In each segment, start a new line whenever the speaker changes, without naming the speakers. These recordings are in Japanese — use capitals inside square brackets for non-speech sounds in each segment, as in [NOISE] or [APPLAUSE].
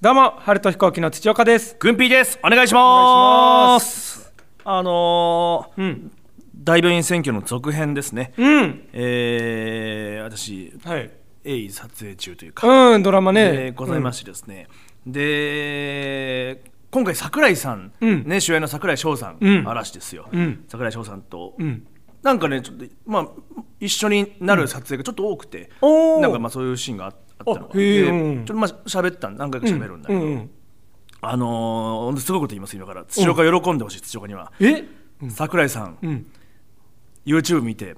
どうも、春と飛行機の土岡です。
グンピーです。お願いしま。
お願いします
あのー
うん。
大病院選挙の続編ですね。
うん。
えー、私、
はい。
鋭意撮影中というか、
うん、ドラマね。
えーございましてですね。で、今回、桜井さん、
うん
ね、主演の桜井翔さん、
うん
嵐ですよ。
うん
桜井翔さんと、
うん。
なんかね、ちょっと、まあ、一緒になる撮影がちょっと多くて、
おー
なんかまあ、そういうシーンがああったの
あへー
で
うん
ちょっとまあ、喋ったん、何回か喋るんだけ
う
ど。
んうん。
あのー、ほんとすごいこと言います今から土岡喜んでほしい土岡には
え
桜井さん、
ん
YouTube 見て、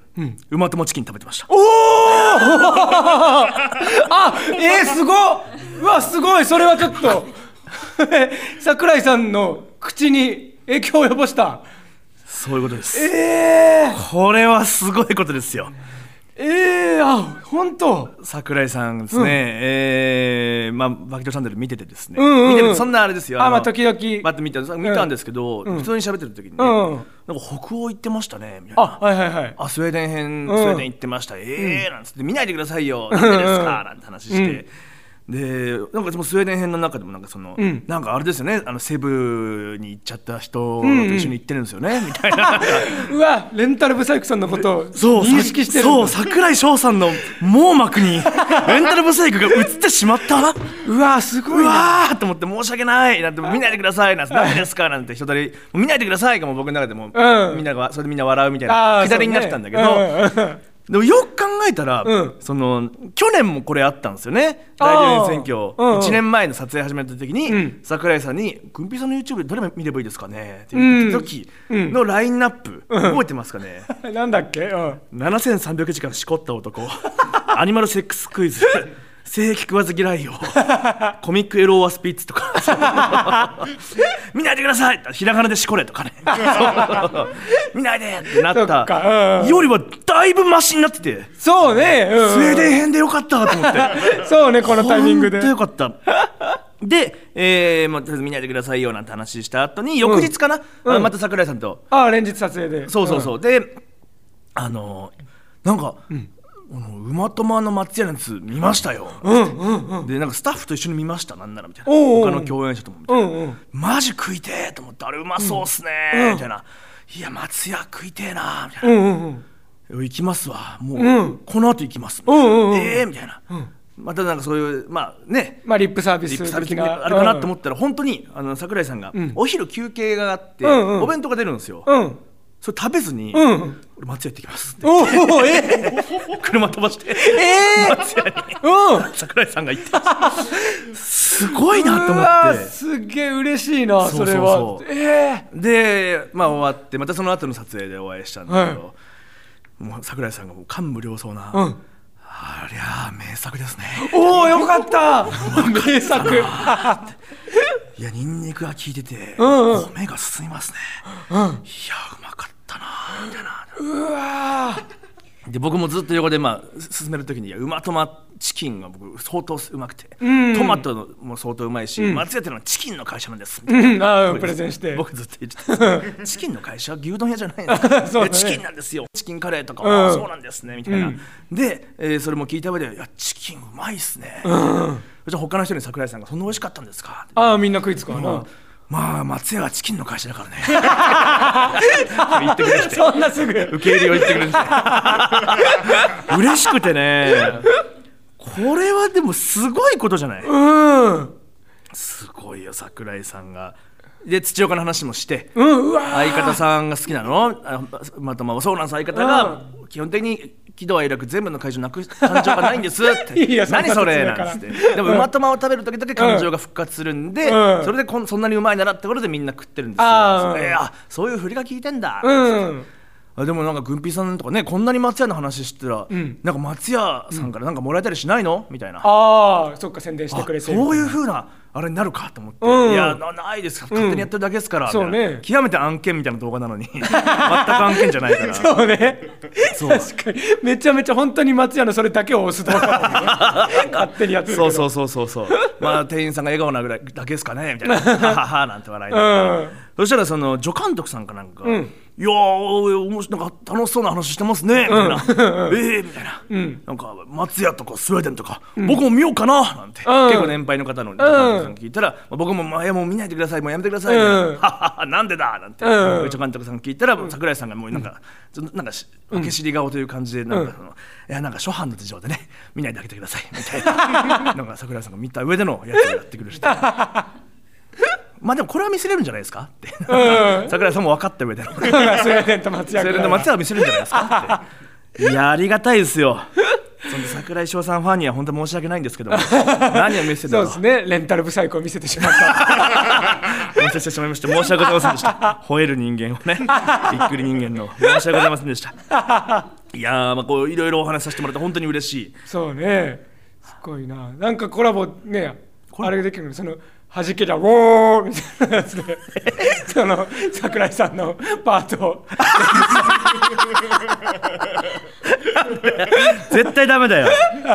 うま友チキン食べてました
[LAUGHS] あえー、すごっうわ、すごいそれはちょっと。 [LAUGHS] 桜井さんの口に影響を及ぼした。
そういうことです、
えー、
これはすごいことですよ
えー、あ、ほんと。
桜井さんですね、えーまあ「バキトチャンネル」見ててですね、
うんうんうん
見ててそんなあれですよ
あ
の
まあ時々
バッと見た見たんですけど、普通に喋ってる時にね、
うん
なんか北欧行ってましたねみたいな
あ、はいはいはい。
あスウェーデン編、
うん
スウェーデン行ってました、えーなんつって見ないでくださいよなんでですか、
うん
なんて話して、でなんかそのスウェーデン編の中でもなんかその、
ん
なんかあれですよねあのセブに行っちゃった人と一緒に行ってるんですよ [LAUGHS] ね、みたいな
うわ、レンタルブサイクさんのことを
そう
認識してるんだ。
そう桜井翔さんの網膜 [LAUGHS] にレンタルブサイクが映ってしまった
うわ、すご
う
いな。
わーと思って申し訳ないなんて見ないでくださいなんて何ですかなんて人だり見ないでくださいがもう僕の中でも、
うん
みんながそれでみんな笑うみたい
あ
な
ー
左になってたんだけど、
そうねうんうんうん
でもよく考えたら、
うん
その去年もこれあったんですよね
あー
大病院選挙、
うんうん
1年前の撮影始めた時に、
うん
桜井さんに「軍平さんの YouTube どれ見ればいいですかね?」って言った時のラインナップ、覚えてますかね
なんだっけうん。
7300時間しこった男 [LAUGHS] アニマルセックスク
[LAUGHS]
イズ性器食わず嫌いよコミックエローアスピッツとか [LAUGHS] 見ないでくださいひらがなでしこれとか
[LAUGHS]
ね見ないでってな
そ
っ
っか
た
うん
よりはだいぶマシになってて
そうね。うんうん
スウェーデン編でよかったと思って。 [LAUGHS]
そうね、このタイミングで。
本当よかった。で、えーまあ、とりあえず見ないでくださいよなんて話した後に、翌日かな、
うん
あまた桜井さんと、
ああ、連日撮影で。
そうそうそう、で、あのーなんか、この馬とまの松屋のやつ見ましたよ、で、なんかスタッフと一緒に見ました、なんならみたいな、
おうおう
他の共演者ともみた
う
いな、
んうん。
マジ食いてえと思って、あれうまそうっすね
うん
みたいな、いや、松屋食いてえなみたいな。
うんうんうん。
行きますわもう、
うん
この後行きます、
うんうんうん
ええみたいな、またなんかそういうまあね
まあ、リップサービ
リッ
ス
プ
的
サ
な。
ービス的なあれかなと思
っ
ったら本当にあの桜井さんが
ん
お昼休憩があって、
うんうん
お弁当が出るんですよ、
うん。うん。
それ食べずに、
うん
俺松屋行ってきますって
おお、え
車飛ばして
ええ
松屋 [LAUGHS] に
ー、うん。
桜井さんが行ってましたすごいなと
う
思
わ
って
すげえ嬉しいな、それ
そ
は
うそう。そう
え
で、まあ、終わってまたその後の撮影でお会いしたんだけど、
は
もう桜井さんがもう感無量そうな、
うん
ありゃあ名作ですね
えおお、よかった。名作。
いやニンニクが効いてて、
んうん
米が進みますね、いやうまかったなみたいな
うわー
で僕もずっと横で、まあ、す進める時にいやうまトマチキンが僕相当うまくて、
ん
トマトも相当うまいし、松屋ってのはチキンの会社なんですみたいな
うん、あープレゼンして。
僕ずっと言ってたチキンの会社牛丼屋じゃないんですか
[LAUGHS] そうだね
いやチキンなんですよチキンカレーとか、
ん
あそうなんですねみたいな、で、えーそれも聞いた上でいやチキンうまいっすね、じゃあ他の人に桜井さんがそんな美味しかったんですかって
ああ、みんな食いつくわな。
まあ松屋はチキンの会社だからね言ってくれ
[LAUGHS]
て
そんなすぐ。
受け入れを言ってくれて [LAUGHS] 嬉しくてねこれはでもすごいことじゃない
うん。
すごいよ桜井さんがで土岡の話もして
うん、うわー
相方さんが好きなのあまたまあそうなんです相方が基本的に喜怒哀楽全部の会場なくす感情がないんですっ
[LAUGHS]
て
いやそんな
何それ
説明
なんつっ
から
てでも馬とまを食べる時だけ感情が復活するん
う
で、
ん
それでこんそんなにうまいならってことでみんな食ってるんですよ
あー
それあそういう振りが効いてんだ、
うん。
あでもなんか軍ピーさんとかねこんなに松屋の話してたら、なんか松屋さんからなんかもらえたりしないの、みたいな
ああ、そっか、宣伝してくれてる。
そういう風なあれになるかと思って、
うん
いやなないですから勝手にやってるだけですから、
そう
みたいな
ね
極めて案件みたいな動画なのに全く案件じゃないから
そうね。
そう
確かに。めちゃめちゃ本当に松屋のそれだけを押
[LAUGHS]
すと。勝手にやってるけ
[LAUGHS] そ
ど。
うそうそうそうそう [LAUGHS] まあ店員さんが笑顔なぐらい [LAUGHS] だけですかねみたいなはははなんて笑いながら、
うん
そしたらその助監督さんかなんかが、
うん
いやーおもしなんか楽しそうな話してますね」みたいな [LAUGHS] 「ええ」みたいな、なんか松屋とかスウェーデンとか、僕も見ようかな」なんて、
うん
結構年配の方の高畑さん聞いたら「僕もまあいやもう見ないでくださいもうやめてください」みたいな
うん
はははなんでだ」なんて
うん
一応監督さん聞いたら桜井さんがもうなんか、ちょっとなんかし受け知り顔という感じでなんかその、いやなんか初版の事情でね見ないであげてくださいみたい [LAUGHS] ななんか桜井さんが見た上でのやつをやってくれる人 [LAUGHS] まあでもこれは見せれるんじゃないですかって
うん
桜井さんも分かった上での
スウェーデンと松屋
そ
ぐら
れ
い
で
は
松屋は見せるんじゃないですかって。いやありがたいですよ。そんで桜井翔さんファンには本当申し訳ないんですけども何を見せ
そ
てた
う
の
ですねレンタルブサイクを見せてしまった
お見せしてしまいまして申し訳ございませんでした吠える人間をねびっくり人間の申し訳ございませんでしたいやーまあこういろいろお話しさせてもらって本当に嬉しい
そうねすごいななんかコラボね
コラ
あれ
ボ
ができるのその弾けたウォーみたいなやつでその桜井さんのパートを
絶対ダメだよ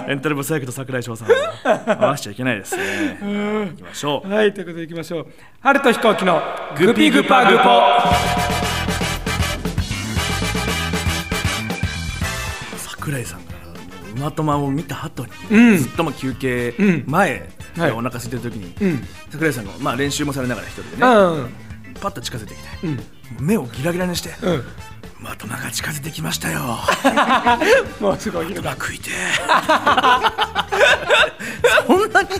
レンタルブサイクと桜井翔さんは合わせちゃいけないですね行きましょう
はいということでいきましょう春と飛行機のグピグパグポ
桜井さんが馬とまを見た後に、ずっとまあ休憩前、
はい
お腹空いてる時に、
ん
桜井さんが、まあ、練習もされながら一人でね、
うん
パッと近づいてきて、目をギラギラにして、
うん
馬とまが近づいてき
[LAUGHS]
ましたよ
もうすごい昼
うま
だ
くいてそんなにい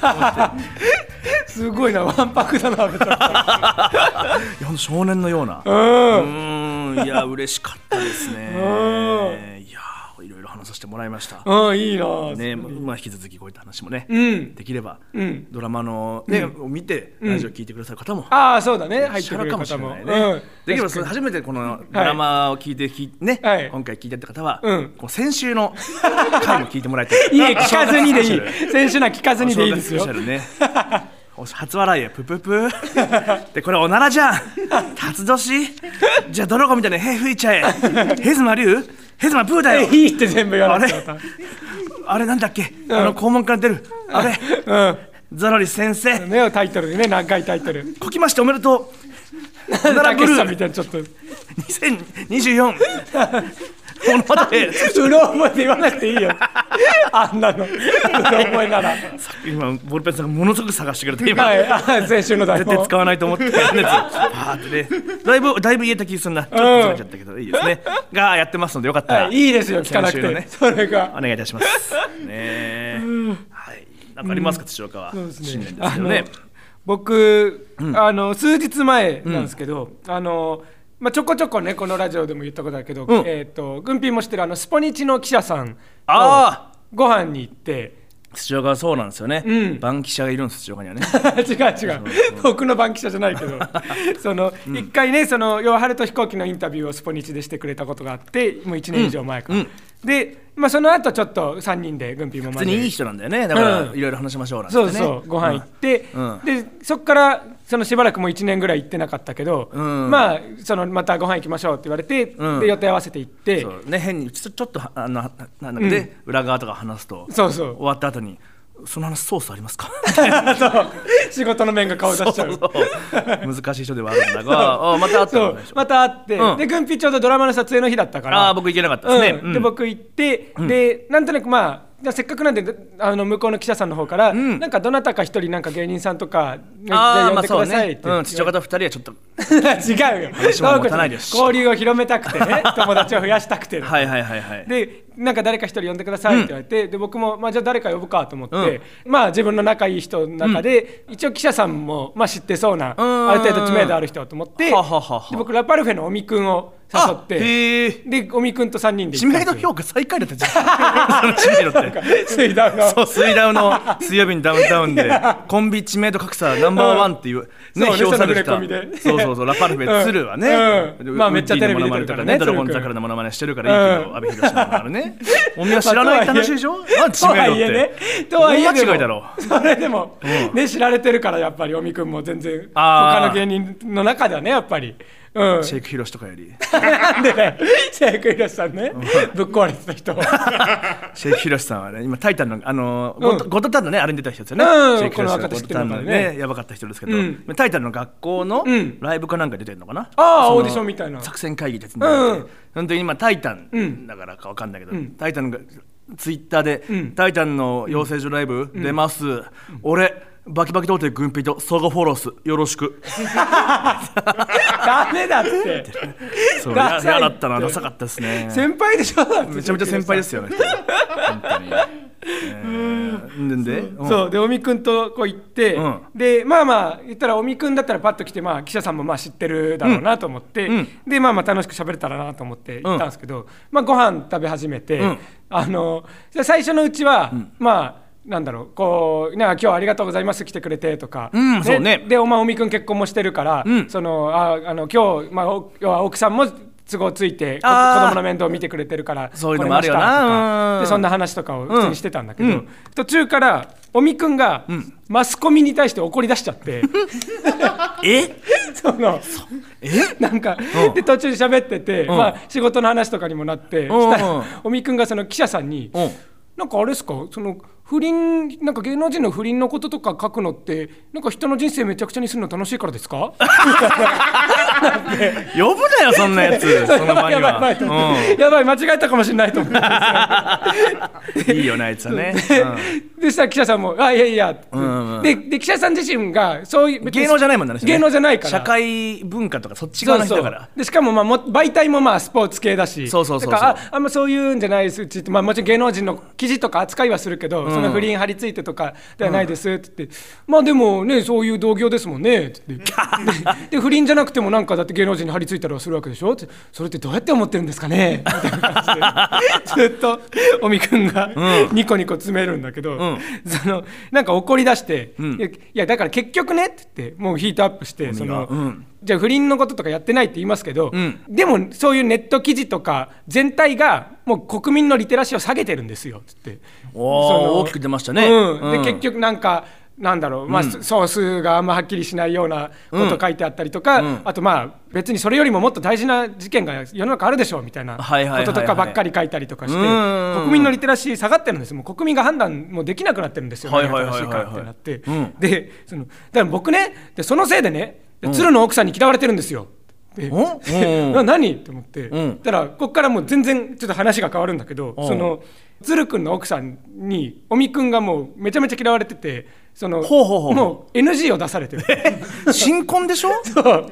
すごいなわんぱくだな部長
やほんと少年のような
うん
うーんいや嬉しかったです
[LAUGHS]
ねいやいろいろ話させてもらいました、
うんいいな
ねまあまあ、引き続きこういった話もね、
うん
できれば、
うん
ドラマの、ねを見てラジオ聞いてくださる方も、
ああそうだね入っ
知
て
ら
くる
なかもし
方
れ
も
ないね、でき
確
れば
か
そ
に
の初めてこのドラマを聞いてき、ね
はい
今回聞いたって方は、
うん
こう先週の回も聞いてもらいたい
[LAUGHS] いいえ聞かず
[LAUGHS]
にでい
正
い
月スペシャル
選手な聞かずにでいいですよ
正月スペシャルねお初笑いやプ
[LAUGHS]
ププでこれおならじゃん辰年じゃあ泥子みたいなへ吹いちゃえヘズマ竜ヘズマプーだよ
いいって全部言わなくて
ああれなんだっけ、あの肛門から出るあれ
ま
ゾロリ先生
たうんねタイトルでね何回タイトル
こきましておめでとう。おなら
た
ブ
け
ル
しさん
ー
みたいなちょっとう
2024。
ろ
物語
覚えで言わなくていいよあんなのうろ覚えな
[LAUGHS]
ら
今、ボールペンさんがものすごく探してくれて、今、
はいあ先週の台
絶対
本
使わないと思ってたやつ、パーってね、だいぶ、だいぶ言えた気がするな、ちょっとずれちゃったけど、いいですね。がやってますので、よかったら、
はいいいですよ聞かなく
先週の
て
ね
それが
お願いいたします。ねえはい。なんかありますか、土岡は。
そうですね
新年ですよね。
僕、あの数日前なんですけど、あのまあ、ちょこちょこねこのラジオでも言ったことだけど、
ん
えっ、と軍ピーも知ってるあのスポニチの記者さんと
ああ
ご飯に行
[LAUGHS]
って。
土岡はそうなんですよね。
うん
バンキシャがいるんです、土岡にはね。
違う違う僕の番記者じゃないけ
[LAUGHS]
どその一、回ねその要は春と飛行機のインタビューをスポニチでしてくれたことがあってもう1年以上前から、
うん
で、まあ、その後ちょっと3人で軍ピーも
[LAUGHS] 普
ま
通にいい人なんだよね。だから、
うん
いろいろ話しましょうなんて
そ
ね。
うそうご飯行って、
うん
でそこからそのしばらくもう1年ぐらい行ってなかったけど、
うん
まあそのまたご飯行きましょうって言われて、
うん
で予定合わせて行ってそ
そううね変にちょちょっとはあのはなんだっけ、で裏側とか話すと
そう
終わった後にその話ソースありますか
[LAUGHS] 仕事の面が顔出しちゃう
[LAUGHS] そうそう難しい人ではあるんだがあまたあった
そ
ら
うまた会って、
うん
で軍ピちょうどドラマの撮影の日だったから
ああ僕行けなかったですね、
うん
うん
で僕行って、でなんとなくまあじゃあせっかくなんであの向こうの記者さんの方から、
ん
なんかどなたか一人なんか芸人さんとかじゃ
あ
あ
あ
呼ん
まあ
でく
そう
ださいっ
ね
て、
うん父親方二人はちょっと
[LAUGHS] 違うよ
話も持たないですし
[LAUGHS] 交流を広めたくて
[LAUGHS]
ね友達を増やしたくてね、
はいはいはいはい
でなんか誰か一人呼んでくださいって言われて、で僕も、まあ、じゃあ誰か呼ぶかと思って、まあ自分の仲いい人の中で、一応記者さんも、まあ、知ってそうな、
うん
ある程度知名度ある人だと思って、
はははは
で僕ラパルフェの尾身君を誘
あ
って
へえ
で尾身君と3人で
知
行ったん
名
です
度
よ
評価最下位だったじゃん [LAUGHS] その知名度っ
[LAUGHS]
て
水道の
そう水ダウの水曜日にダウンタウンでコンビ知名度格差ナンバーワンっていうね
そうね
評されて
そ
た
の触れ込みで
そうそうそうラパルフェ鶴はね
うんうんまあめっちゃテレビ出てるからね
ドラゴン桜のモノマネしてるからいいけ
う
ど
ん
阿部寛のモノマネねお前は知らないって話でし
[LAUGHS]
ょなんで知名度
とは
って
いえねとはいえでも
大間違いだろ
それでも、ね知られてるからやっぱり尾身君も全然
あー
他の芸人の中ではねやっぱりうん
シェイクヒロシとかより
[LAUGHS] なんでだよシェイクイラスさんねぶっ壊れてた人 [LAUGHS]
シェイクヒロシさんはね今タイタンのあのゴト,、
うん
ゴトタンのねあれに出た人ですよね、
うん
シェイクヒロシ
この方
がゴ
知っ
ト
て
タ
る
ン
か
の
らね
ねやばかった人ですけど、
うん
タイタンの学校の
うん
ライブかなんかに出てるのかな、
あー
その
オーディションみたいな
作戦会議ってやつに
うんうん
本当に今タイタン
ん
だからかわかんないけど、
ん
タイタンがツイッターで、
ん
タイタンの養成所ライブ出ます、俺バキバキ童貞軍ピと相互フォローすよろ
[LAUGHS]
しく
ダメ
[LAUGHS]
だって
そう
ダサいっ
や
て
やだったなダサかったですね
先輩でしょだって
めちゃめちゃ先輩ですよね本当に、えー、んでうん
そうで尾身君とこう行って、
うん
でまあまあ言ったら尾身君だったらパッと来て、まあ、記者さんもまあ知ってるだろうなと思って、
うん
でまあまあ楽しく喋れたらなと思って行ったんですけど、まあ、ご飯食べ始めて、
うん
あの最初のうちは、まあなんだろうこうなんか今日はありがとうございます来てくれてとか、
うんそうね
でおまあ尾身君結婚もしてるから、
ん
そのああの今日、まあ、お要は奥さんも都合ついてこ子
あー
供の面倒を見てくれてるから
そういうのもあるよ
来れ
な
ましたとか
うん
でそんな話とかを普通にしてたんだけど、
うんうん
途中から尾身君がマスコミに対して怒り出しちゃって、
え
[LAUGHS] そのなんか、
うん
で途中で喋ってて、まあ、仕事の話とかにもなって、
うん
したら尾身君がその記者さんに、
うん
なんかあれですかその不倫なんか芸能人の不倫のこととか書くのってなんか人の人生めちゃくちゃにするの楽しいからですか
呼ぶなよそん
[LAUGHS]
なやつその場
やば
に
いやばい
は、
やばい間違えたかもしれないと思って。
うん、いいよなあいつはね、
でさ記者さんも「あいやいや」って
うんうん
でで記者さん自身がそういう
うん、
別に
芸能じゃないもんなあの人ね
芸能じゃないから
社会文化とかそっち側の人だから
そうそうでしかも、まあ、も媒体もまあスポーツ系だし
そうそうそうそう
だからああんまそういうんじゃないですうちって、まあ、もちろん芸能人の記事とか扱いはするけど、その不倫張り付いてとかではないですって言って、まあでもねそういう同業ですもんねっ
[LAUGHS]
て言ってでで不倫じゃなくてもなんかだって芸能人に張り付いたりはするわけでしょってそれってどうやって思ってるんですか
[LAUGHS]
ねみたいな感じでずっと尾身君がニコニコ詰めるんだけど、
ん
そのなんか怒り出して、
ん
いやいやだから結局ねって言ってもうヒートアップしてその、
うん
じゃあ不倫のこととかやってないって言いますけど、
ん
でもそういうネット記事とか全体がもう国民のリテラシーを下げてるんですよつって
おー
その
大きく出ましたね
うん
うん
で結局なんかなんだろう、まあ総数があんまはっきりしないようなこと書いてあったりとか、あとまあ別にそれよりももっと大事な事件が世の中あるでしょうみたいな
はいはいはいはい
こととかばっかり書いたりとかして、
うん
国民のリテラシー下がってるんですよもう国民が判断もできなくなってるんですよ、
はいはいはいはい
何が正しいかってなって、
うん
でそのだから僕ねでそのせいでねで鶴の奥さんに嫌われてるんですよ。で
おう
[LAUGHS]
ん
な何って思って、
うん
だからここからもう全然ちょっと話が変わるんだけど、
うん
その鶴くんの奥さんに尾身くんがもうめちゃめちゃ嫌われててその
ほうほうほう
もう NG を出されて
[LAUGHS]
る
新婚でしょ
そう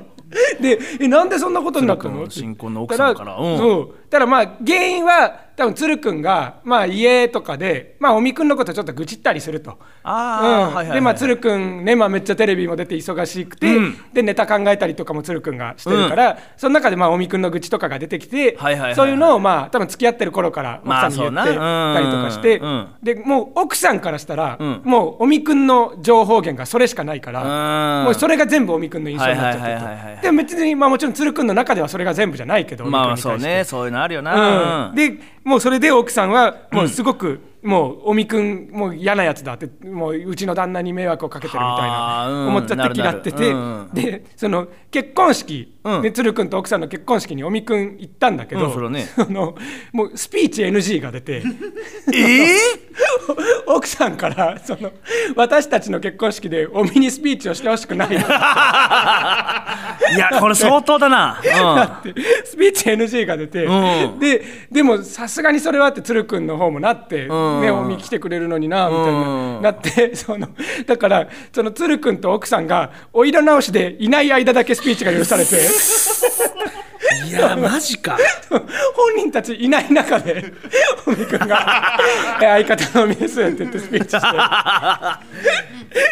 でえなんでそんなことになったの
鶴くん新婚の奥さんから
だ
うん
そうだからまあ原因は多分鶴くんが、まあ、家とかで、まあ、尾身くんのことちょっと愚痴ったりすると。
あーはいはいはい
でまあ鶴くんね、まあ、めっちゃテレビも出て忙しくて、
うん
でネタ考えたりとかも鶴くんがしてるから、その中でまあ尾身くんの愚痴とかが出てきて、
はいはいはいはい
そういうのをまあ多分付き合ってる頃から奥
まあ
さんに言ってたりとかして、
そうなうん
でもう奥さんからしたら、
うん
もう尾身くんの情報源がそれしかないから、
うん
もうそれが全部尾身くんの印象になっち
はいはいはい
ゃ
はい
って
はい
てでも別にまあもちろん鶴くんの中ではそれが全部じゃないけど
ま
尾
あ
身
そ
くん
う
に対して
ねそういうのあるよな、
うん、でもうそれで奥さんはもうすごく、もう尾身君もう嫌なやつだってもううちの旦那に迷惑をかけてるみたい
はあ
な
うん
思っちゃって嫌ってて、
なるなるうん
でその結婚式、
うん
で鶴君と奥さんの結婚式に尾身君行ったんだけど、
うんそれは
[LAUGHS]
ね
そのもうスピーチ NG が出
[LAUGHS]
て
え
奥さんからその私たちの結婚式で尾身にスピーチをしてほしくない
[LAUGHS] ー、いやこれ相当だな、うん
って [LAUGHS] スピーチ NG が出て、
うん
ででもさすがにそれはって鶴くんの方もなって、
ん
目を見来てくれるのになみたいな、
うん
なって [LAUGHS] そのだからその鶴くんと奥さんがお色直しでいない間だけスピーチが許さ
[LAUGHS]
れて
いやマジか
本人たちいない中
[LAUGHS]
で尾身くんが「え相方の尾身です」って言ってスピーチ
[LAUGHS]
して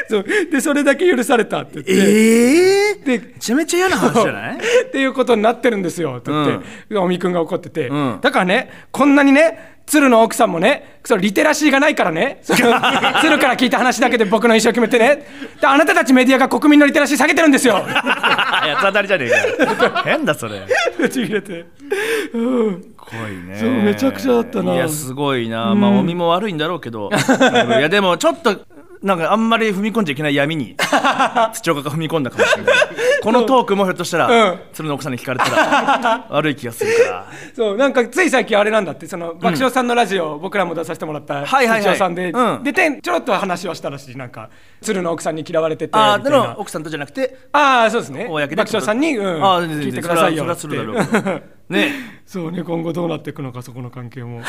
そうでそれだけ許されたって言って。
ええ
で
めちゃめちゃ嫌な話じゃない [LAUGHS]
っていうことになってるんですよって言って、尾身君が怒ってて、
ん
だからねこんなにね鶴の奥さんもねそのリテラシーがないからね [LAUGHS] その鶴から聞いた話だけで僕の印象を決めてねであなたたちメディアが国民のリテラシー下げてるんです
[LAUGHS]
よ
やつ当たりじゃねえか変だそれ
ぶち切れて、うん、
怖いね
そうめちゃくちゃだったない [LAUGHS]
やすごいなまあお身も悪いんだろうけどいやでもちょっとなんかあんまり踏み込んじゃいけない
[LAUGHS]
闇に土岡が踏み込んだかもしれないこのトークもひょっとしたら、
うん
それの奥さんに聞かれた
[LAUGHS]
ら悪い気がするから
そうなんかつい最近あれなんだってその爆笑さんのラジオ、僕らも出させてもらった
はいはいはい
一応さんで、
うん
出てちょろっと話をしたらしいなんか鶴の奥さんに嫌われててみ
あ
た
あ
い
で
な
の奥さんとじゃなくて
ああそうですね
公で
爆笑さんに、うん、
ああ全然
聞いてくださいよって
それはそれはするだろうけどね
[LAUGHS] そうね今後どうなっていくのかそこの関係も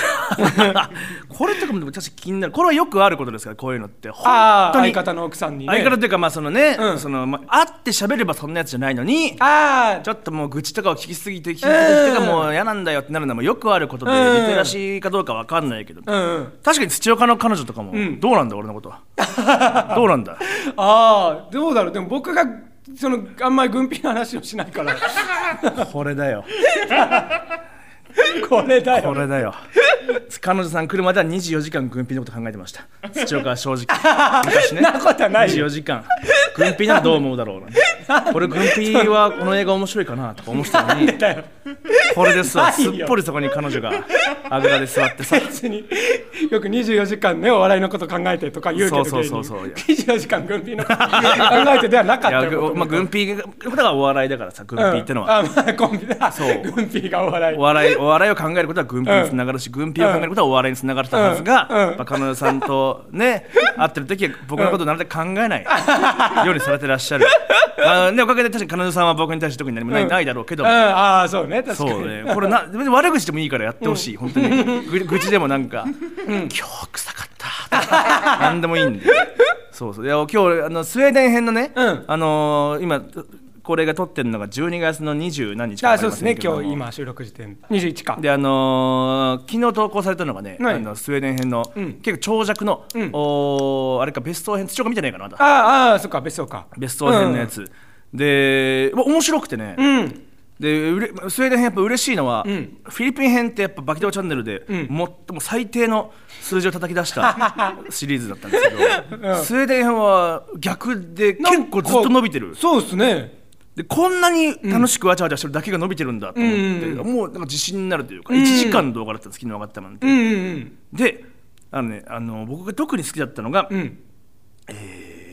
これとかもでも確かに気になるこれはよくあることですからこういうのって本
[LAUGHS] ああ
当
相
に
方の奥さんに、ね、
相方というかまあそのね、
うん
そのまあ、会って喋ればそんなやつじゃないのに
ああ
ちょっともう愚痴とかを聞きすぎて聞いてる人がもう嫌なんだよってなるのもよくあることで
うん
リテラシーかどうかわかんないけど、
うんうん
確かに土岡の彼女とかも、どうなんだ俺
[LAUGHS]
のことはどうなんだ
ああどうだろうでも僕がそのあんまり軍備の話をしないから
[LAUGHS] これだよ
これだ
こ
よ
れだよ彼女さん来るまでは24時間軍備のこと考えて
[LAUGHS]
ました土岡は正直昔ね
なことはないよ
24時間軍備ならどう思うだろうなこれ軍備はこの映画面白いかなとか思ってたの
[LAUGHS]
に
だよ
これですわ
ない
す
よ
っぽりそこに彼女があぐらで座っ
[LAUGHS]
てさ
別によく24時間ねお笑いのこと考えてとか言うけど
そうそうそうそう
芸人24時間軍備の [LAUGHS] こと考えてではなかっ
いや
たよ
ぐまあ、軍ピーがだからお笑いだからさ軍ピーってのは、
は、うんあまあコンビだ
そう
軍備がお笑い
お笑い [LAUGHS] お笑いを考えることは軍ピーにつながるし、軍ピーを考えることはお笑いにつながるはずが、
うんうん
バカ野郎さんとね [LAUGHS] 会ってる時は僕のことをなるべく考えないようにされてらっしゃるあねおかげで確かに彼女さんは僕に対して特に何もない,、
うん
ないだろうけど
うん、
も、
ああそうね確かに
そうねこれな別に悪口でもいいからやってほしい、本当
[LAUGHS]
にぐ愚痴でもなんか「今日臭かった」とか何でもいいんでそうそういや今日あのスウェーデン編のね、
うん
あのー今これが撮ってるのが12月の二十何日か
あ
わ
あそ
かり
うで
ま
す
せん
ね
けども
今日今収録時点21か
であのー昨日投稿されたのがね、
はい
あのスウェーデン編の、
ん
結構長尺の、
うん
おーあれかベスト編土岡見てないかなまだ
ああああそっか別荘か
ベスト編のやつ、でわ面白くてね、
うん
でうれスウェーデン編やっぱ嬉しいのは、
ん
フィリピン編ってやっぱバキドーチャンネルで、
ん
最も最低の数字を叩き出した
[LAUGHS]
シリーズだったんですけど、スウェーデン編は逆で結構ずっと伸びてる
そうですね
でこんなに楽しくわちゃわちゃしてるだけが伸びてるんだと思って、
うん
もうなんか自信になるというか、
ん
1時間動画だったんです昨日上がったなんて、
うんうん
であのねあの僕が特に好きだったのが、
うんうん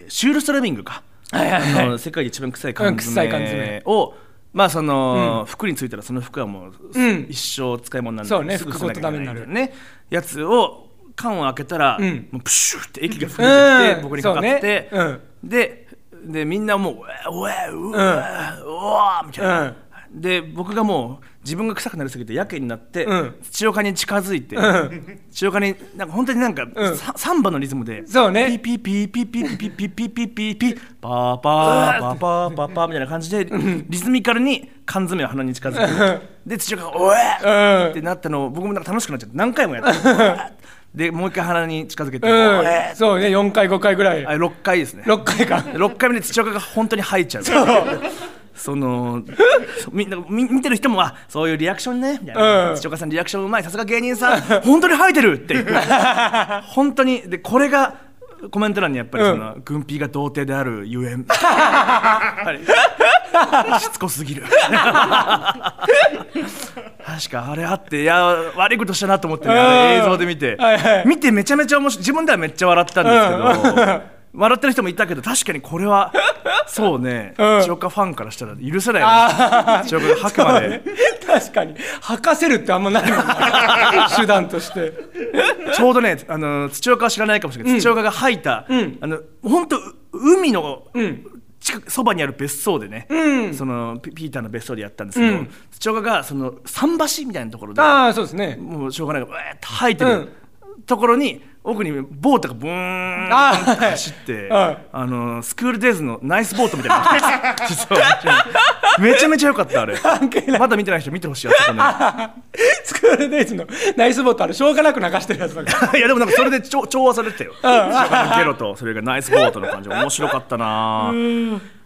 シュールストラミングか、
はいはいはい
あの世界で一番臭い
うん
缶
臭い缶詰
詰を、まあその、服についたらその服はもう、
うん
一生使い物に
そ
なる
うね
すぐ捨てなきゃ
服ごとダ
いけい
メになる
ねやつを缶を開けたら、
うん
もうプシューって液が吹いてって
うん
僕にかかって、
そうね
ででみんなもう「うわうわうわうわ」みたいな。
うん
で僕がもう自分が臭くなりすぎてやけになって、
うん
土岡に近づいて、土岡になんか本当になんか、
うん
さサンバのリズムで
そうね
ピーピーピーピーピーピーピーピーピーピーピーパーパーパーパーパーパーみたいな感じでリズミカルに缶詰を鼻に近づけてで土岡が「お
うん
え!」ってなったのを僕もなんか楽しくなっちゃって何回もやってでもう一回鼻に近づけて「お
う
え
んそうね4回5回ぐらい
あ6回ですね
6回
[LAUGHS]
か
6回目で土岡が本当に吐いちゃうそのそみんなみ見てる人もあそういうリアクションねみたいな、
うん
土岡さんリアクションうまいさすが芸人さん本当に吐いてるっていう
[LAUGHS]
本当にでこれがコメント欄にやっぱりその、軍ピーが童貞であるゆえ
[LAUGHS]
んやっぱりしつこすぎる確かあれあっていや悪いことしたなと思って、ね、あれ
うん
映像で見て、
はいはい
見てめちゃめちゃ面白い自分ではめっちゃ笑ったんですけど、笑ってる人もいたけど確かにこ
[LAUGHS]
れはそうね
うん
千岡、ファンからしたら許せないです千岡が吐くまで、
確かに吐かせるってあんまないもん
[LAUGHS]
な手段として
ちょうどねあの土岡は知らないかもしれない、土岡が吐いた、
ん
あの本当海の、
ん
近くそばにある別荘でね、
うん
そのピピーターの別荘でやったんですけど、
うん
土岡がその桟橋みたいなところで
ああそうですね
もうしょうがないからうえーって吐いてる、ところに奥にボートがブーン
あ
っ
ー
て走って、
はいはい
あのースクールデイズのナイスボートみたいな
[LAUGHS]
実はめちゃめちゃ良かったあれ
関係ない
まだ見てない人見てほしいやつ、ね、
スクールデイズのナイスボートあれしょうがなく流してるやつだから [LAUGHS]
いやでもなんかそれで調調和されてたよゲロとそれがナイスボートの感じ面白かったな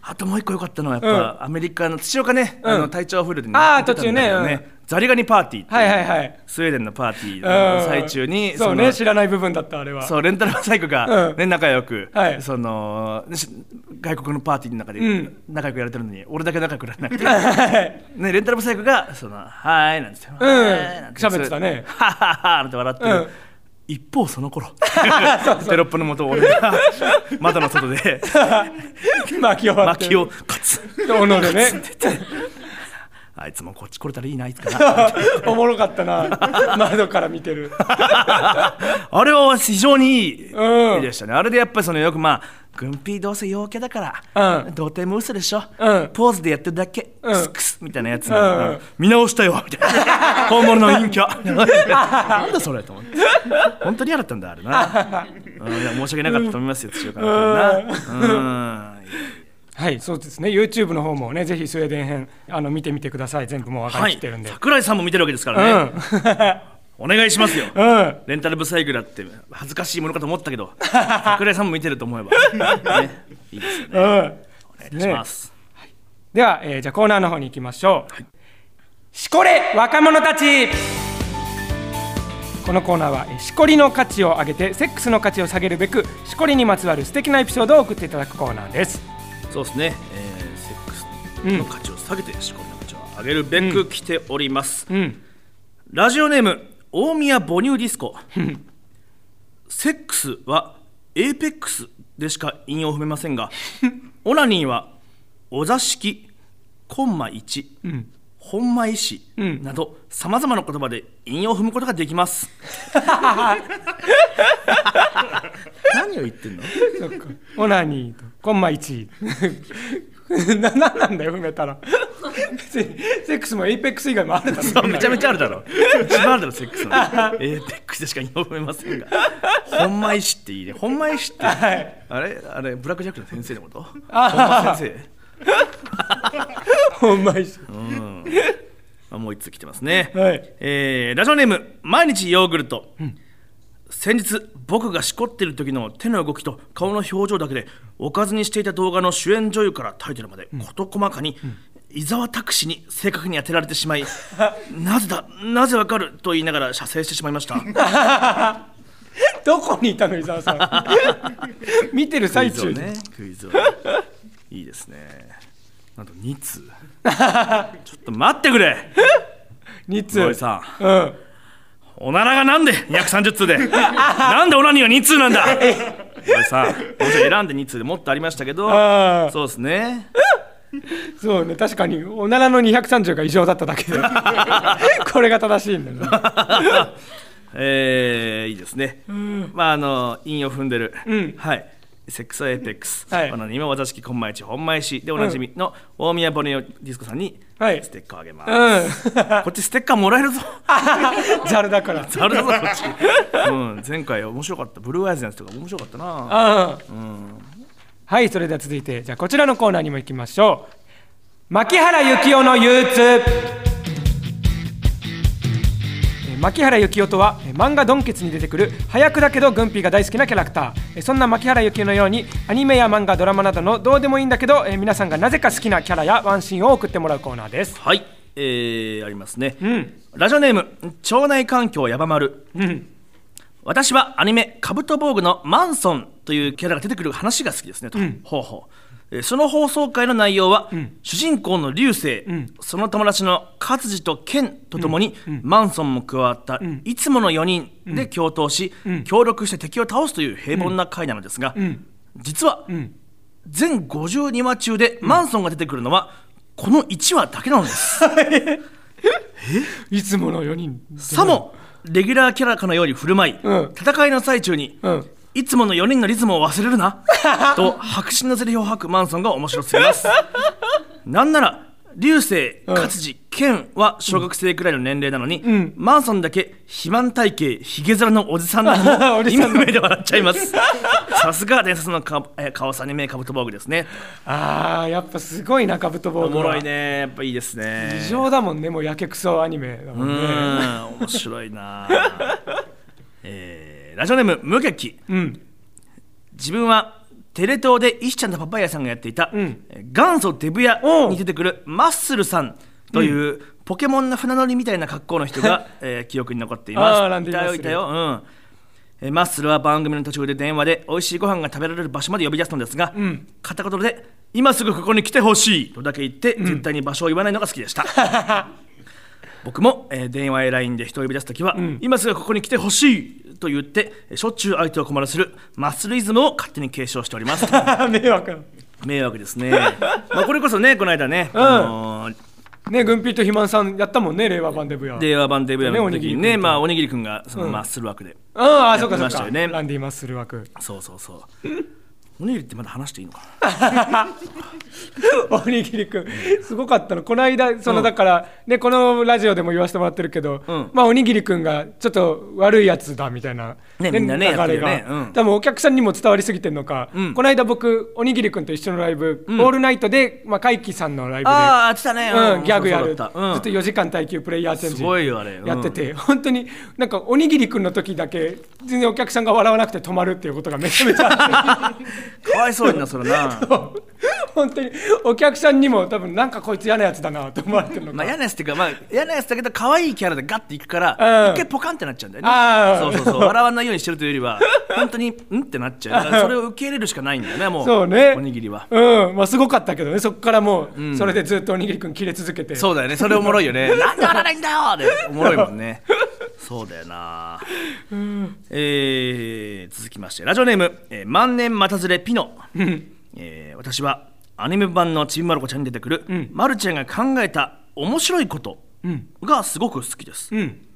あともう一個良かったのはやっぱ、アメリカの土岡ね、あ
う
の
ん
体調不良でね
あー
寝てたんだけど
途中ね
ザリガニパーティーってう
はいはいはい
スウェーデンのパーティーの最中に、
うんそう
の
ね知らない部分だったあれは
そうレンタルバサイクが、
うん
ね仲良く、
はい
そのし外国のパーティーの中で
うん
仲良くやれてるのに、俺だけ仲良くなれなく
[LAUGHS]
て、
はい
ね、レンタルバサイクが「そのはーい」なんて言って「
うん
はーいなんて言
喋ってたね
はははは」なんて笑ってる、
うん
一方そ
[LAUGHS]
の頃テロップのもと俺が窓の外
[LAUGHS]
で
巻き終わって
薪をカツン
おのでね
あいつもこっち来れたらいいないつかな
おもろかった [LAUGHS] な窓から見てる
あれは非常にいい
うん
絵でしたね、あれでやっぱりそのよくまあ軍ピーどうせ陽キャだから、
うん
童貞も嘘でしょ、
うん
ポーズでやってるだけ、
ん
クスクスみたいなやつ、
ん
うん見直したよみたいな [LAUGHS] 本物の陰キャなんだそれと思って本当に嫌だったんだあれな、うんいや申し訳なかったと思いますよ土岡君な、うん、
はいそうですね YouTube の方もねぜひスウェーデン編あの見てみてください全部もう分か
は
りき
い
ってるんで、
桜井さんも見てるわけですからね、お願いしますよ、
うん
レンタルブサイクだって恥ずかしいものかと思ったけど桜井さんも見てると
[LAUGHS]
思えば、ね、いいですよね
うん
お願いいたします、
では、えーじゃあコーナーの方に行きましょう、しこれ若者たちこのコーナーはえーしこりの価値を上げてセックスの価値を下げるべくしこりにまつわる素敵なエピソードを送っていただくコーナーです
そうですね、えーセックスの価値を下げて仕込みの価値を上げるべく来ております、
うん
ラジオネーム大宮母乳ディスコセックスはエーペックスでしか引用を踏めませんがオナニーはお座敷コンマ1、本間医師
ん
などさまざまな言葉で引用を踏むことができます何を言ってんの
そっかオナニーとコンマ1 [LAUGHS] ななんなんだよ踏めたらセセックスもエイペックス以外もあるだろ
そうめちゃめちゃあるだろ一番あるだろセック
[LAUGHS]
スはエーペックスでしか読めませんが本間石っていいね本間石って、
はい
あれあれブラックジャックの先生のこと本
あ
間先
[LAUGHS]
生
ほんまに
あもう一つ来てますね、
はい
えーラジオネーム毎日ヨーグルト、先日僕がしこってる時の手の動きと顔の表情だけでおかずにしていた動画の主演女優からタイトルまで事細かに、伊沢拓司に正確に当てられてしま
[LAUGHS]
いなぜだなぜわかると言いながら射精してしまいました
どこにいたの伊沢さん見てる最中
ねク
[LAUGHS]
イズをいいですねなんと2通
[LAUGHS]
ちょっと待ってくれ
2
室井
通
さん
うん
おならがなんで230通で
[LAUGHS]
なんでオナニーは2通なんだ室井さんもちろん選んで2通でもっとありましたけど
あー
そうですね
そうね確かにおならの230が異常だっただ
[LAUGHS]
けでこれが正しいんだよな
えー、いいですね、まああの韻を踏んでる、
ん
はいセックスはエーペックス、
はい
おなにも和座敷本間一本間石でおなじみの大宮ボネオディスコさんに
はい
ステッカーあげます、
[LAUGHS] う
こっちステッカーもらえるぞ
んざるだから
あれだぞこっち、うん、前回面白かったブルーアイズのやつとか面白かったな
うんはいそれでは続いてじゃあこちらのコーナーにも行きましょう牧原幸雄の憂鬱えー牧原幸雄とはえー漫画「ドンケツ」に出てくる早くだけど軍備が大好きなキャラクターえーそんな牧原幸雄のようにアニメや漫画ドラマなどのどうでもいいんだけどえー皆さんがなぜか好きなキャラやワンシーンを送ってもらうコーナーです
はいえー、ありますね、
ん
ラジオネーム腸内環境やばまる
うん
私はアニメ「カブト防具」のマンソンというキャラが出てくる話が好きですねと、ほうほうえーその放送回の内容は、主人公の流星、その友達の勝治と剣とともに、マンソンも加わった、いつもの4人で共闘し、協力して敵を倒すという平凡な回なのですが、実は、全52話中でマンソンが出てくるのは、この1話だけなのです
いつもの4人
さもレギュラーキャラかのように振る舞い、
うん
戦いの最中に、
うん
いつもの4人のリズムを忘れるなと白紙のセリフを吐くマンソンが面白すぎますなんなら流星勝治健は小学生くらいの年齢なのに、マンソンだけ肥満体型ひげ面のおじさんな
お
の
じ
に
さ
今
ん
目で笑っちゃいますさすが伝説のかえーカオスアニメカブト防具ですね
あーやっぱすごいなカブトボー
お
グは
もろいねやっぱいいですね
異常だもんねもうやけくそアニメだもん
う
ね
ーん面白いな、えーラジオネーム無劇
うん
自分はテレ東で石ちゃんとパパイヤさんがやっていた、
ん
えー元祖デブ屋
おう
に出てくるマッスルさんという、ポケモンの船乗りみたいな格好の人が、えー記憶に残っています
あーランディ
いた
マッ
よ
スル
いたよ、うんえーマッスルは番組の途中で電話で美味しいご飯が食べられる場所まで呼び出すのですが、
ん
片言で「今すぐここに来てほしい」とだけ言って、絶対に場所を言わないのが好きでした。僕も、えー電話や LINE で人を呼び出すときは、今すぐここに来てほしいと言ってしょっちゅう相手を困らせるマッスルイズムを勝手に継承しております
[LAUGHS]
[LAUGHS]
迷惑
迷惑ですねまあこれこそねこの間ね、あのー
ね軍ピーと肥満さんやったもんね令和版デブや
令和版デブやの時にね
ねおにぎりくんと
まあおにぎりくんがそのマッスル枠で、
うんああそっか
や
そ
っ
って
ました
か
よね
ランディマッスル
[LAUGHS]
枠
そうそうそう
[LAUGHS]
おにぎりってまだ話していいのかな
おにぎりくんすごかったのこの間そのだからねこのラジオでも言わせてもらってるけど
うん
まあおにぎりくんがちょっと悪いやつだみたいな
ねみんなね
流れ
やってるよねう
が
ん
多分お客さんにも伝わりすぎてるのか
ん
この間僕おにぎりくんと一緒のライブオールナイトでまあ海輝さんのライブで
ああ来たね
うん、ギャグやる、
そうだった
ずっと4時間耐久プレイヤーチェンジ
すごいよあれうん
やってて、本当になんかおにぎりくんの時だけ全然お客さんが笑わなくて止まるっていうことがめちゃめちゃあって
かわいそうになそれな
[LAUGHS] 本当にお客さんにも多分なんかこいつ嫌なやつだなと思われてるのか、
まあ、嫌なやつっていうか、まあ、嫌なやつだけど可愛いキャラでガッていくから、
うん
一回ポカンってなっちゃうんだ
ああ
よねそうそう
[LAUGHS]
そう笑わないようにしてるというよりは本当にんってなっちゃうだからそれを受け入れるしかないんだよねもう
そうね
おにぎりは
うんまあすごかったけどねそこからもう、それでずっとおにぎりくん切れ続けて
そうだよねそれおもろいよね
[LAUGHS]
なんで笑わないんだよでおもろいもんねそうだよな、えー続きましてラジオネーム、えー万年またずれピノ、えー私はアニメ版のちびまる子ちゃんに出てくる、まるちゃんが考えた面白いことがすごく好きです、
うん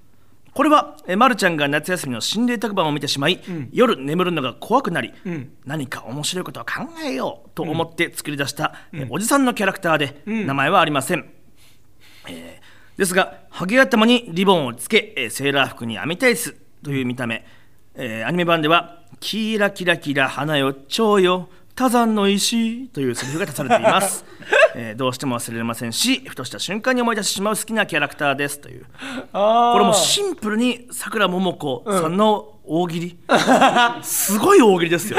これは、えーま、るちゃんが夏休みの心霊特番を見てしまい、夜眠るのが怖くなり、何か面白いことを考えようと思って作り出した、えーおじさんのキャラクターで、名前はありません、えーですがハゲ頭にリボンをつけ、えーセーラー服に網タイツという見た目、えーアニメ版では「キラキラキラ花よ蝶よ多山の石」というセリフが出されてい [LAUGHS] ます、えーどうしても忘れられませんしふとした瞬間に思い出してしまう好きなキャラクターですという
あ
こ
こ
れもうシンプルにさくらももこさんの大喜利、すごい大喜
[LAUGHS]
利ですよ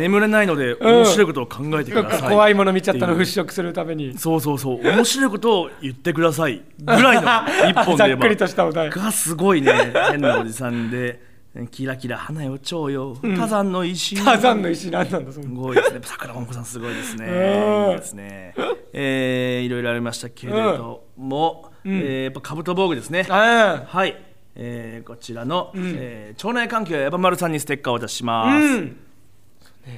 眠れないので面白いことを考えてください、
怖いもの見ちゃったの払拭するために
そうそうそう面白いことを言ってくださいぐらいの一
[LAUGHS]
本
ざ
で
っくりとしたお
[LAUGHS]
題
がすごいね変なおじさんでキラキラ花よ蝶よ火山の石、
火山の石なんなんだそ
す
の
ごいですね。桜もんこさんすごいですね。
[LAUGHS] うん
いいですね。えー、いろいろありましたけれども、えーやっぱ兜防具ですね。
ああ
はい、えーこちらの、えー腸内環境やばまるさんにステッカーを出します、
うん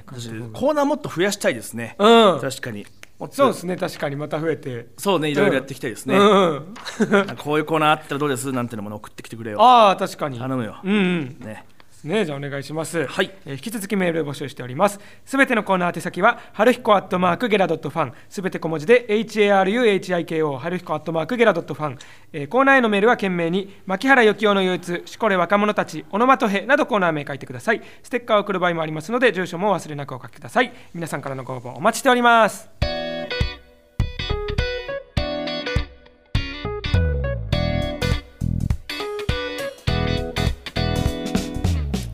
私コーナーもっと増やしたいですね、
うん
確かにもっと
そうですね確かにまた増えて
そうねいろいろやっていきたいですね、
うんうん [LAUGHS]
なんかこういうコーナーあったらどうですなんてのもの送ってきてくれよ
ああ確かに
頼むよ、
うんうん
ね
ねじゃあお願いします。
はい
えー引き続きメールを募集しております。すべてのコーナー宛先は、はるひこアットマークゲラドットファン。すべて小文字で、HARUHIKO、はるひこアットマークゲラドットファン。えーコーナーへのメールは懸命に、牧原幸雄の憂鬱、しこれ若者たち、オノマトヘなどコーナー名書いてください。ステッカーを送る場合もありますので、住所もお忘れなくお書きください。皆さんからのご応募お待ちしております。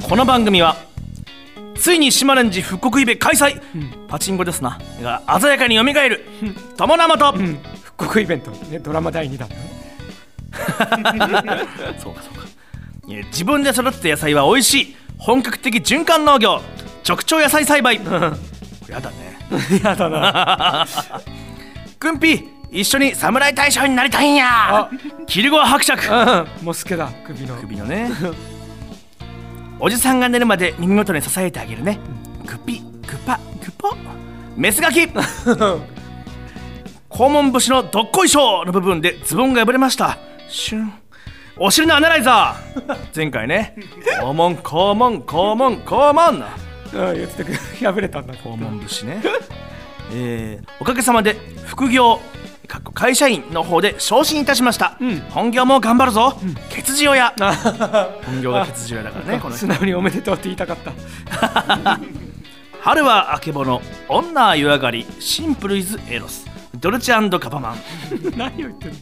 この番組はついに島レンジ復刻イベ開催、パチンコですなが鮮やかによみがえる友生と、
復刻イベント、ね、ドラマ第2弾。
[LAUGHS] そうかそうかいや自分で育てた野菜は美味しい本格的循環農業直腸野菜栽培 [LAUGHS] これやだね
[LAUGHS] やだな。
[LAUGHS] くんぴ一緒に侍大将になりたいんや
あ
キルゴ伯爵
うん、モスケだ、首の。
首のねおじさんが寝るまで耳元に支えてあげるねクピクパクポメスガキ
[LAUGHS]
肛門節のどっこいしょの部分でズボンが破れましたシュンお尻のアナライザー前回ね肛門肛門肛門肛門の
うん、言ってくる。 [LAUGHS] 破れたんだ。
訪問節ね、えーおかげさまで副業かっこ会社員の方で昇進いたしました、本業も頑張るぞ、欠字親本業が欠字親だからねこの人
素直におめでとうって言いたかった。 [LAUGHS]
春はあけぼの女は湯上がりシンプルイズエロスドルチェガバマン
何を言ってる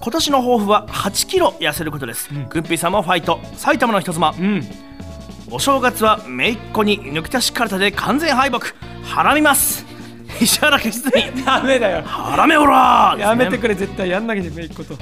今年の抱負は8キロ痩せることです、グッピーさんもファイト埼玉の人妻、
ん
お正月は姪っ子に抜き出しカルタで完全敗北はらみます [LAUGHS] 石原決に
ダメだよ
はらめおらーですね
やめてくれ絶対やんなきゃいけないこと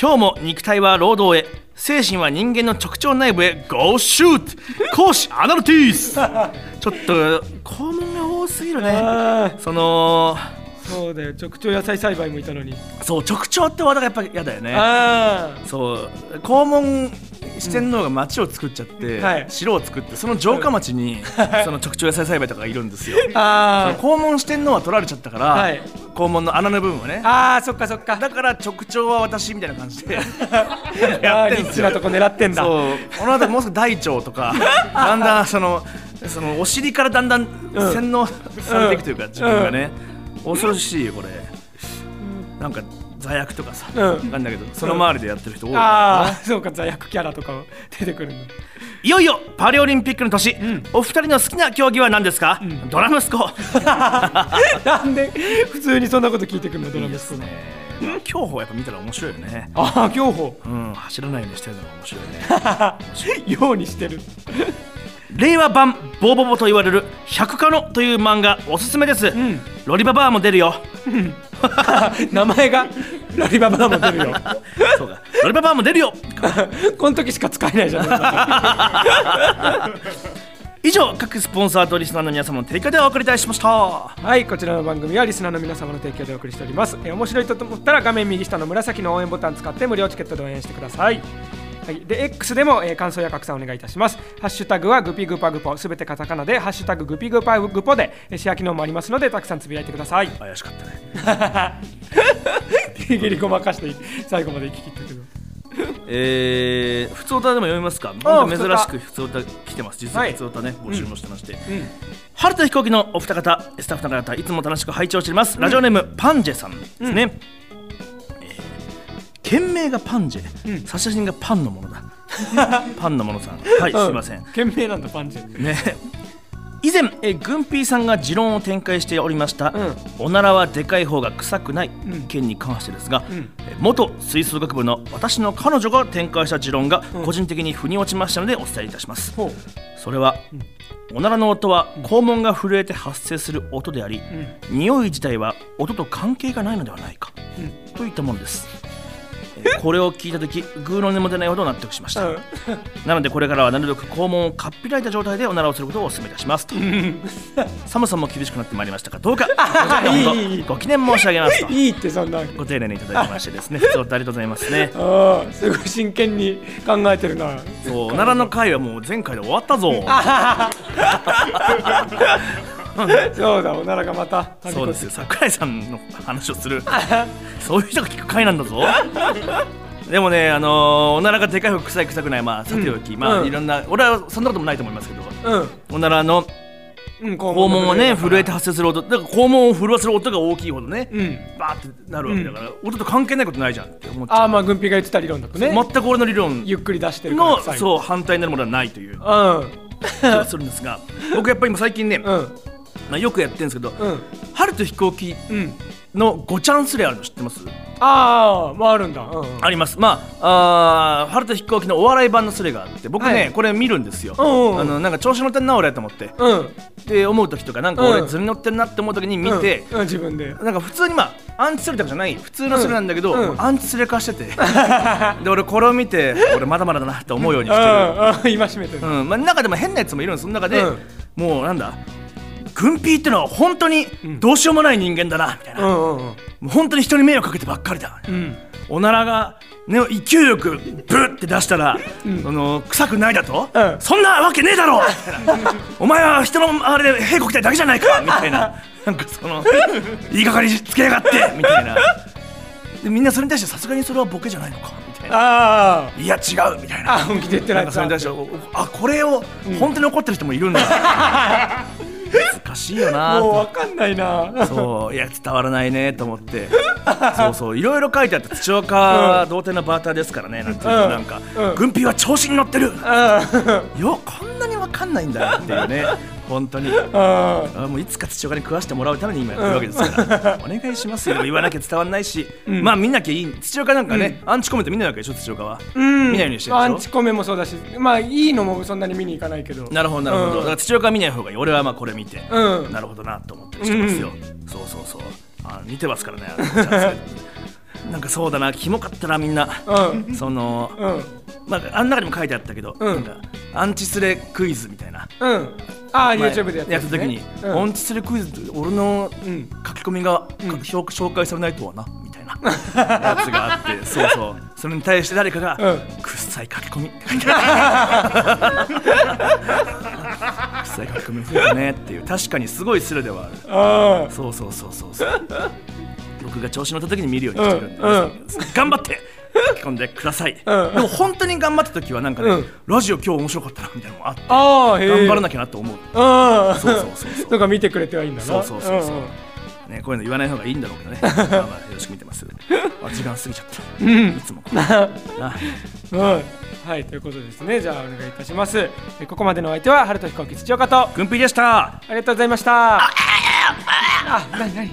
今日も肉体は労働へ精神は人間の直腸内部へ GO SHOOT 講師アナルティース
[LAUGHS]
ちょっと肛門が多すぎるね
ああ
その
そうだよ直腸野菜栽培もいたのに
そう直腸って技がやっぱり嫌だよね
あ
そう肛門四天王が町を作っちゃって、
はい
城を作ってその城下町に、その直腸野菜栽培とかがいるんですよその
あ
肛門四天王は取られちゃったから、
はい
肛門の穴の部分をね
ーあーそっかそっか
だから直腸は私みたいな
[LAUGHS]
感じで
あ
や
ー
って
リ
ん
ッ
す
チ
よ
なとこ狙ってんだ
そうこの後もうすぐ大腸
[LAUGHS]
とかだんだんそのそのお尻からだんだん
ん
洗脳されていくというか、自分がね、恐ろしいよこれなんか罪悪とかさ、
うん
なんだけどその周りでやってる人多い、
ああそうか罪悪キャラとか出てくる
[LAUGHS]
の
いよいよパリオリンピックの年、お二人の好きな競技は何ですか、ドラムスコ
なんで普通にそんなこと聞いてくるのドラムスコの
[LAUGHS] 競歩やっぱ見たら面白いよね
ああ競歩
うん走らないようにしてるのが面白いね
ようにしてる
令和版ボーボボと言われる「百科の」という漫画おすすめです、
ん
ロリババアも出るよ
名前がラリババアも出るよ
[LAUGHS] そうかロリババアも出るよ
この時しか使えないじゃない
以上各スポンサーとリスナーの皆様の提供でお送りいたしました
はいこちらの番組はリスナーの皆様の提供でお送りしておりますえー面白いと思ったら画面右下の紫の応援ボタン使って無料チケットで応援してくださいはい、で X でも、えー感想や拡散お願いいたします。ハッシュタグはグピグパグポ、すべてカタカナで、ハッシュタググピグパグポで、えーシェア機能もありますので、たくさんつぶやいてくだ
[LAUGHS]
さい。
怪しかったね
ギリごまかして最後まで聞き切ったけど。
えー、普通歌でも読みますかなん
普
か
通歌
珍しく普通歌来てます実は
はい
普通歌ね、募集もしてまして、
んうん
春田飛行機のお二方スタッフの方々いつも楽しく拝聴しております、ラジオネームパンジェさんですね、えー件名がパンジェ、差し写真がパンのも [LAUGHS] のだパンのものさんはい、すいません
懸命なんだ、パンチェンに。
ね以前えーグンピーさんが持論を展開しておりました、
う
おならはでかい方が臭くない
ん
件に関してですが、
ん
えー元吹奏楽部の私の彼女が展開した持論が個人的に腑に落ちましたのでお伝えいたします、
ほう。
それは、おならの音は肛門が震えて発生する音であり、匂い自体は音と関係がないのではないか、といったものですえーこれを聞いた時グーの音も出ないほど納得しました、
うん
なのでこれからはなるべく肛門をかっぴらいた状態でおならをすることをお勧めいたしますと
[LAUGHS]
寒さも厳しくなってまいりましたかどうかご
いい
尽力
いいいい
のほどご記念申し上げますと
いいって、そんな。
ご丁寧にいただきましてですね普通お便りありがとうございますね
ああ、すごい真剣に考えてるな。
そうおならの回はもう前回で終わったぞ
そうだ、おならがまた。
そうですよ桜井さんの話をするそういう人が聞く回なんだぞでもねあのーおならがでかいほど臭い臭くないまあさておき、まあ、
うん
いろんな俺はそんなこともないと思いますけど
[LAUGHS] うん。
おならの
うん、
肛
肛
門をね震えて
た。
発生する音だから肛門を震わせる音が大きいほどね、
うん。
バーってなるわけだから、音と関係ないことないじゃんって思っち
あ
ゃ
あ、
う、
まあ、軍備が言ってた理論だとね。
全く俺の理論
ゆっくり出してるから
の
臭い
そう反対になるものはないという
うん。
気がするんですが僕やっぱり今最近
[LAUGHS]
ね、
うん。
まあ、よくやってるんですけど、
うん。
春と飛行機
うん。
のごチャンスレあるの知ってます
ああ、まあ、あるんだ。うんうん。
ありますまああー春と飛行機のお笑い版のスレがあって僕ね、
はい
これ見るんですよ、
うんうん
あのなんか調子乗ってんな俺と思って
うん。
って思う時とかなんか
う
俺
ん
図に乗ってんなって思う時に見
うん
て、
うん、自分で。
なんか普通にまあアンチスレとかじゃない普通のスレなんだけど、
うんうん
アンチスレ化してて [LAUGHS] で俺これを見て俺まだまだだなって思うように
う
してる、
ん、うん、今しめてる
う。んまあ、中でも変なやつもいるんですその中で、
うん
もうなんだ軍ピーってのは本当にどうしようもない人間だなみたいうな、
ん、うん、うん。
もう本当に人に迷惑かけてばっかりだ、
うん。
おならが、ね、勢いよくブッて出したら、あの臭くないだと、
うん
そんなわけねえだろお前は人のあれで屁こきたいだけじゃないかみたいななんかその言いがかりつけやがってみたいなでみんなそれに対してさすがにそれはボケじゃないのかみたいな
あ
いや違うみたい
あ。あ、
な
本気で言ってな
な
いや
んか
つ
それ
だ
に対しておおあこれを本当に怒ってる人もいるんだ、難しいよな
もうわかんないな。
そういや伝わらないねと思って
[LAUGHS]
そうそういろいろ書いてあって土岡は童貞のバーターですからねなんていうの
うん
なんか
うん
軍艇は調子に乗ってる
うん。
よこんなに分かんないんだよっていうね本
[LAUGHS]
当に
あ
あもういつか土岡に食わしてもらうために今やってるわけですから、お願いしますよ言わなきゃ伝わらないし、まあ見なきゃいい土岡なんかね、アンチコメント見ないわけでしょ土岡は、
うん、
見ないようにして
ア
る
ン
で
チ
しょ
コメもそうだしまあいいのもそんなに見に行かないけど
なるほどなるほど、
うん
だから土岡は見ない方がいい俺はまあこれ見て、
うん
なるほどなと思ったりしてますよ、そうそうそうあ似てますからねあのチャンス
[LAUGHS]
ねなんかそうだなキモかったなみんな、
うん
その、
うん
まあ、あん中にも書いてあったけど、
うん
なんかアンチスレクイズみたいな
うんああ
前
YouTube でや
や
っ
った
時
た時
ね
に、
うん
アンチスレクイズって俺の
うん
書き込みが、か紹紹介されないとはなみたいなやつがあって
[LAUGHS]
そうそうそれに対して誰かが
う
「くっさい書き込み」って書いてあるくっさい書き込み増えたねっていう確かにすごいスルではある
あ
そうそうそうそうそう僕が調子乗った時に見るようにしてるんで、
うんうん
皆さん頑張って書き込んでください、
うん
でも本当に頑張った時はなんかね、
うん
ラジオ今日面白かったなみたいなのもあって
あーへ
頑
え
張らなきゃなと思う、
ああ
そうそうそうそう
とか見てくれてはいいんだな
そうそうそうそうん
ん
ね、こういうの言わない方がいいんだろうけどねまあまあよろしく見てますあ時間過ぎちゃった、いつもこうな
はい、はい、ということですね。じゃあお願いいたします。えここまでのお相手は春と飛行機土岡とあ
軍ピーでした
りがとうございました。あ、なになに。